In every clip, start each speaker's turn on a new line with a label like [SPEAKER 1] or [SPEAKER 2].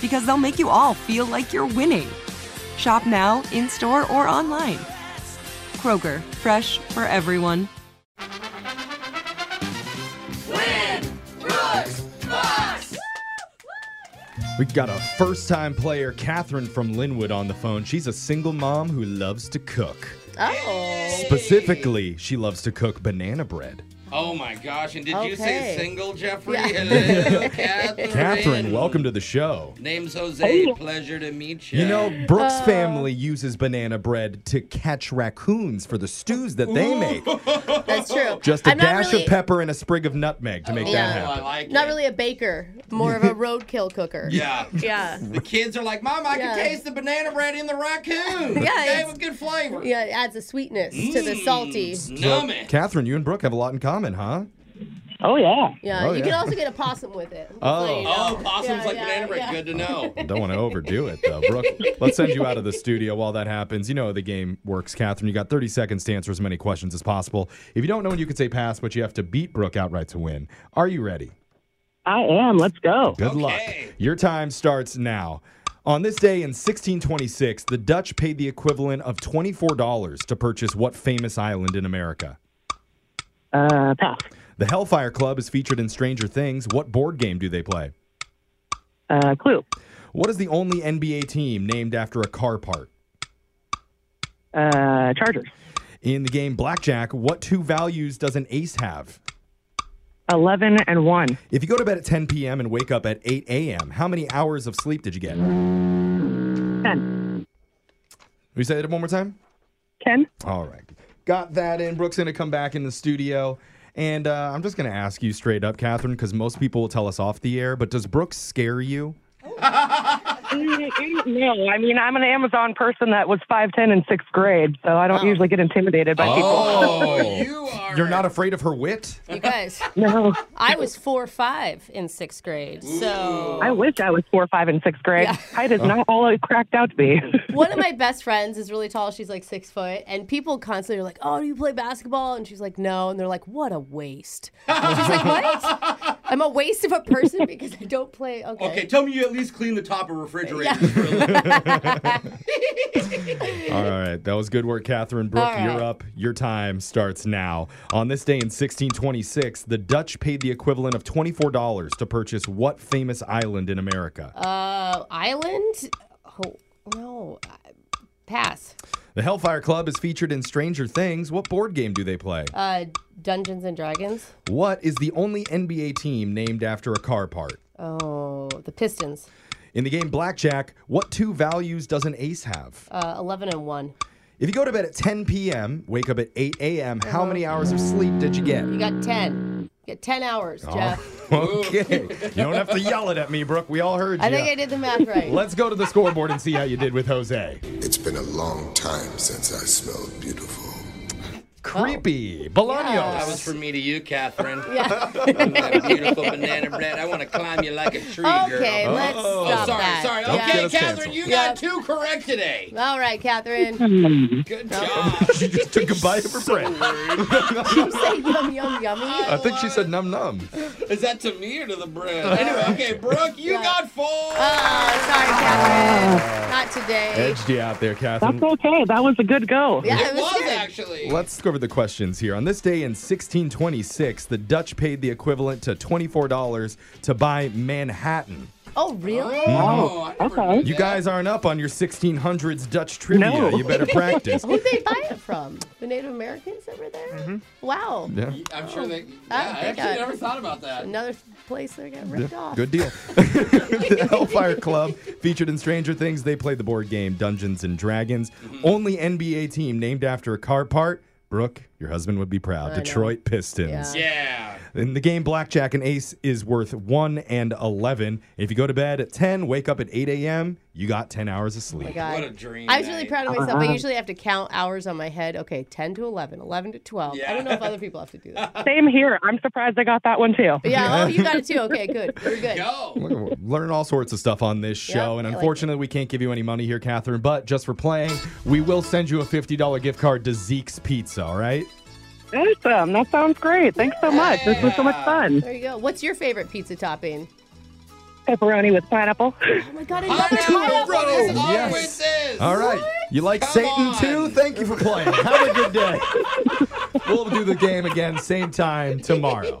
[SPEAKER 1] because they'll make you all feel like you're winning. Shop now, in store, or online. Kroger, fresh for everyone.
[SPEAKER 2] We've got a first time player, Catherine from Linwood, on the phone. She's a single mom who loves to cook.
[SPEAKER 3] Oh.
[SPEAKER 2] Specifically, she loves to cook banana bread.
[SPEAKER 4] Oh my gosh! And did you
[SPEAKER 3] Okay.
[SPEAKER 4] say single, Jeffrey?
[SPEAKER 3] Yeah.
[SPEAKER 4] Hello, Catherine.
[SPEAKER 2] Catherine, welcome to the show.
[SPEAKER 4] Name's
[SPEAKER 3] Oh.
[SPEAKER 4] Jose. Pleasure to meet you.
[SPEAKER 2] You know, Brooks'
[SPEAKER 3] Uh,
[SPEAKER 2] family uses banana bread to catch raccoons for the stews that they make.
[SPEAKER 3] That's true.
[SPEAKER 2] Just a
[SPEAKER 3] I'm not
[SPEAKER 2] dash
[SPEAKER 3] really-
[SPEAKER 2] of pepper and a sprig of nutmeg to make
[SPEAKER 3] Yeah.
[SPEAKER 2] that
[SPEAKER 4] Oh, I
[SPEAKER 2] happen.
[SPEAKER 4] like
[SPEAKER 3] Not
[SPEAKER 4] it.
[SPEAKER 3] really a baker, more of a roadkill cooker.
[SPEAKER 4] Yeah.
[SPEAKER 3] Yeah.
[SPEAKER 4] The kids are like, Mom, I
[SPEAKER 3] Yeah.
[SPEAKER 4] can taste the banana bread in the raccoon.
[SPEAKER 3] Yeah,
[SPEAKER 4] it
[SPEAKER 3] it's-
[SPEAKER 4] gave a good flavor.
[SPEAKER 3] Yeah, it adds a sweetness to the salty.
[SPEAKER 4] Numb it.
[SPEAKER 2] Catherine, you and Brooke have a lot in common, huh?
[SPEAKER 5] Oh yeah.
[SPEAKER 3] Yeah,
[SPEAKER 2] Oh,
[SPEAKER 3] you
[SPEAKER 2] yeah.
[SPEAKER 3] can also get a possum with it.
[SPEAKER 2] Oh.
[SPEAKER 4] Oh, possums
[SPEAKER 3] Yeah,
[SPEAKER 4] like
[SPEAKER 3] yeah,
[SPEAKER 4] banana bread.
[SPEAKER 3] yeah.
[SPEAKER 4] Good to know.
[SPEAKER 2] Don't want to overdo it, though. Brooke, let's send you out of the studio while that happens. You know how the game works, Catherine. You got 30 seconds to answer as many questions as possible. If you don't know, you can say pass, but you have to beat Brooke outright to win. Are you ready?
[SPEAKER 5] I am. Let's go.
[SPEAKER 2] Good luck. Your time starts now. On this day in 1626, the Dutch paid the equivalent of $24 to purchase what famous island in America?
[SPEAKER 5] Uh, pass.
[SPEAKER 2] The Hellfire Club is featured in Stranger Things. What board game do they play?
[SPEAKER 5] Uh, clue.
[SPEAKER 2] What is the only NBA team named after a car part?
[SPEAKER 5] Uh, Chargers.
[SPEAKER 2] In the game Blackjack, what two values does an ace have?
[SPEAKER 5] Eleven and one.
[SPEAKER 2] If you go to bed at 10 p.m. and wake up at 8 a.m., how many hours of sleep did you get? Can
[SPEAKER 5] Ten.
[SPEAKER 2] you say that one more time?
[SPEAKER 5] Ken.
[SPEAKER 2] All right. Got that in. Brooke's going to come back in the studio. And uh, I'm just going to ask you straight up, Catherine, because most people will tell us off the air, but does Brooke scare you?
[SPEAKER 5] No, I mean I'm an Amazon person that was five ten in sixth grade, so I don't usually get intimidated by
[SPEAKER 4] Oh, you are.
[SPEAKER 2] You're not afraid of her wit?
[SPEAKER 3] You guys,
[SPEAKER 5] people. No,
[SPEAKER 3] I was four or five in sixth grade. So
[SPEAKER 5] I wish I was four, five, and sixth grade. Height is not all it cracked out to be.
[SPEAKER 3] one of my best friends is really tall. She's like six foot, and people constantly are like, "Oh, do you play basketball?" And she's like, "No," and they're like, "What a waste." And she's like, "What? I'm a waste of a person because I don't play." Okay.
[SPEAKER 4] Okay, tell me you at least clean the top of refrigerators.
[SPEAKER 2] All right. That was good work, Catherine. Brooke,
[SPEAKER 3] All right.
[SPEAKER 2] you're up. Your time starts now. On this day in 1626, the Dutch paid the equivalent of $24 to purchase what famous island in America?
[SPEAKER 3] Uh, island? Oh no, I- pass.
[SPEAKER 2] the Hellfire Club is featured in Stranger Things. What board game do they play?
[SPEAKER 3] Uh, Dungeons and Dragons.
[SPEAKER 2] what is the only NBA team named after a car part?
[SPEAKER 3] Oh, the Pistons.
[SPEAKER 2] In the game Blackjack, what two values does an ace have?
[SPEAKER 3] Uh, Eleven and one.
[SPEAKER 2] If you go to bed at 10 p.m., wake up at 8 a.m., how many hours of sleep did you get?
[SPEAKER 3] You got ten. You got ten hours, Jeff.
[SPEAKER 2] okay. You don't have to yell it at me, Brooke. We all heard you.
[SPEAKER 6] I think I did the math right.
[SPEAKER 2] Let's go to the scoreboard and see how you did with Jose.
[SPEAKER 7] It's been a long time since I smelled beautiful.
[SPEAKER 2] Creepy. Bolaños.
[SPEAKER 4] That was from me to you, Catherine. Yeah. that beautiful banana bread. I want to climb you like a tree, girl.
[SPEAKER 6] okay, let's
[SPEAKER 4] Oh,
[SPEAKER 6] stop
[SPEAKER 4] sorry,
[SPEAKER 6] that.
[SPEAKER 4] sorry.
[SPEAKER 2] Don't get
[SPEAKER 4] Okay,
[SPEAKER 2] us
[SPEAKER 4] Catherine,
[SPEAKER 2] canceled.
[SPEAKER 4] you
[SPEAKER 6] Yep.
[SPEAKER 4] got two correct today.
[SPEAKER 6] All right, Catherine.
[SPEAKER 4] Good job.
[SPEAKER 2] she just took a bite of her bread.
[SPEAKER 6] Say yum yum yummy.
[SPEAKER 2] I think she said num num.
[SPEAKER 4] Is that to me or to the bread? Anyway, okay, Brooke, you got four.
[SPEAKER 6] Oh, sorry, Catherine. Not today.
[SPEAKER 2] Edged you out there, Catherine.
[SPEAKER 5] That's okay. That was a good go.
[SPEAKER 6] Yeah,
[SPEAKER 4] it
[SPEAKER 6] it was
[SPEAKER 4] was
[SPEAKER 6] good.
[SPEAKER 4] actually.
[SPEAKER 2] Let's go over the questions here. On this day in 1626, the Dutch paid the equivalent to $24 to buy Manhattan.
[SPEAKER 6] Oh, really?
[SPEAKER 4] Oh, I never
[SPEAKER 5] okay.
[SPEAKER 4] knew
[SPEAKER 2] You
[SPEAKER 4] that.
[SPEAKER 2] guys aren't up on your 1600s Dutch trivia.
[SPEAKER 5] No.
[SPEAKER 2] You better practice.
[SPEAKER 6] Who'd they buy it from? The Native Americans that were there? Wow.
[SPEAKER 2] Yeah.
[SPEAKER 4] I'm sure they. Yeah, I,
[SPEAKER 6] I don't think
[SPEAKER 4] actually
[SPEAKER 6] I-
[SPEAKER 4] never thought about that.
[SPEAKER 6] Another place that got ripped off.
[SPEAKER 2] Good deal. the Hellfire Club, featured in Stranger Things, they played the board game Dungeons and Dragons.
[SPEAKER 6] Mm-hmm.
[SPEAKER 2] Only NBA team named after a car part. Brooke, your husband would be proud. Detroit Pistons.
[SPEAKER 4] Yeah.
[SPEAKER 2] In the game, blackjack and ace is worth one and eleven. If you go to bed at ten, wake up at eight a.m. You got ten hours of sleep.
[SPEAKER 6] Oh God.
[SPEAKER 4] What a dream. eh?
[SPEAKER 6] I was really
[SPEAKER 4] night.
[SPEAKER 6] proud of myself. I usually have to count hours on my head. Okay, 10 to 11, 11 to 12. I don't know if other people have to do that.
[SPEAKER 5] Same here. I'm surprised I got that one too.
[SPEAKER 6] Yeah, oh, you got it too. Okay, good. You're good.
[SPEAKER 4] Go.
[SPEAKER 2] Look, Learn all sorts of stuff on this show,
[SPEAKER 6] Yep,
[SPEAKER 2] and
[SPEAKER 6] I like it.
[SPEAKER 2] unfortunately, we can't give you any money here, Catherine. But just for playing, we will send you a fifty-dollar gift card to Zeke's Pizza. All right?
[SPEAKER 5] Awesome. That sounds great. Thanks so much. This was so much fun.
[SPEAKER 6] There you go. What's your favorite pizza topping?
[SPEAKER 5] Pepperoni with pineapple.
[SPEAKER 6] Oh my God, I
[SPEAKER 4] I
[SPEAKER 6] love it.
[SPEAKER 4] know what is
[SPEAKER 2] row.
[SPEAKER 4] up
[SPEAKER 2] Yes.
[SPEAKER 4] with this.
[SPEAKER 2] All right. You like
[SPEAKER 4] Come
[SPEAKER 2] Satan
[SPEAKER 4] on.
[SPEAKER 2] too? Thank you for playing. Have a good day. we'll do the game again, same time tomorrow.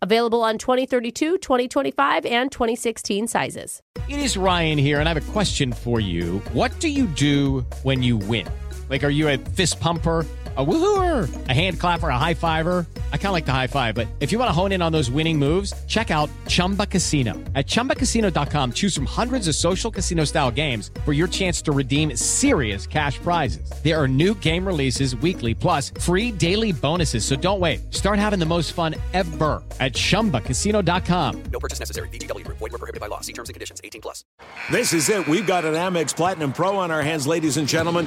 [SPEAKER 3] Available on 2032, 2025, and 2016 sizes.
[SPEAKER 8] It is Ryan here, and I have a question for you. What do you do when you win? Like, are you a fist pumper? A woohooer, a hand clapper, a high fiver. I kind of like the high five, but if you want to hone in on those winning moves, check out Chumba Casino. At chumbacasino.com, choose from hundreds of social casino style games for your chance to redeem serious cash prizes. There are new game releases weekly, plus free daily bonuses. So don't wait. Start having the most fun ever at chumbacasino.com.
[SPEAKER 9] No purchase necessary. VGW Group. Void were prohibited by law. See terms and conditions. 18 plus.
[SPEAKER 10] This is it. We've got an Amex Platinum Pro on our hands, ladies and gentlemen.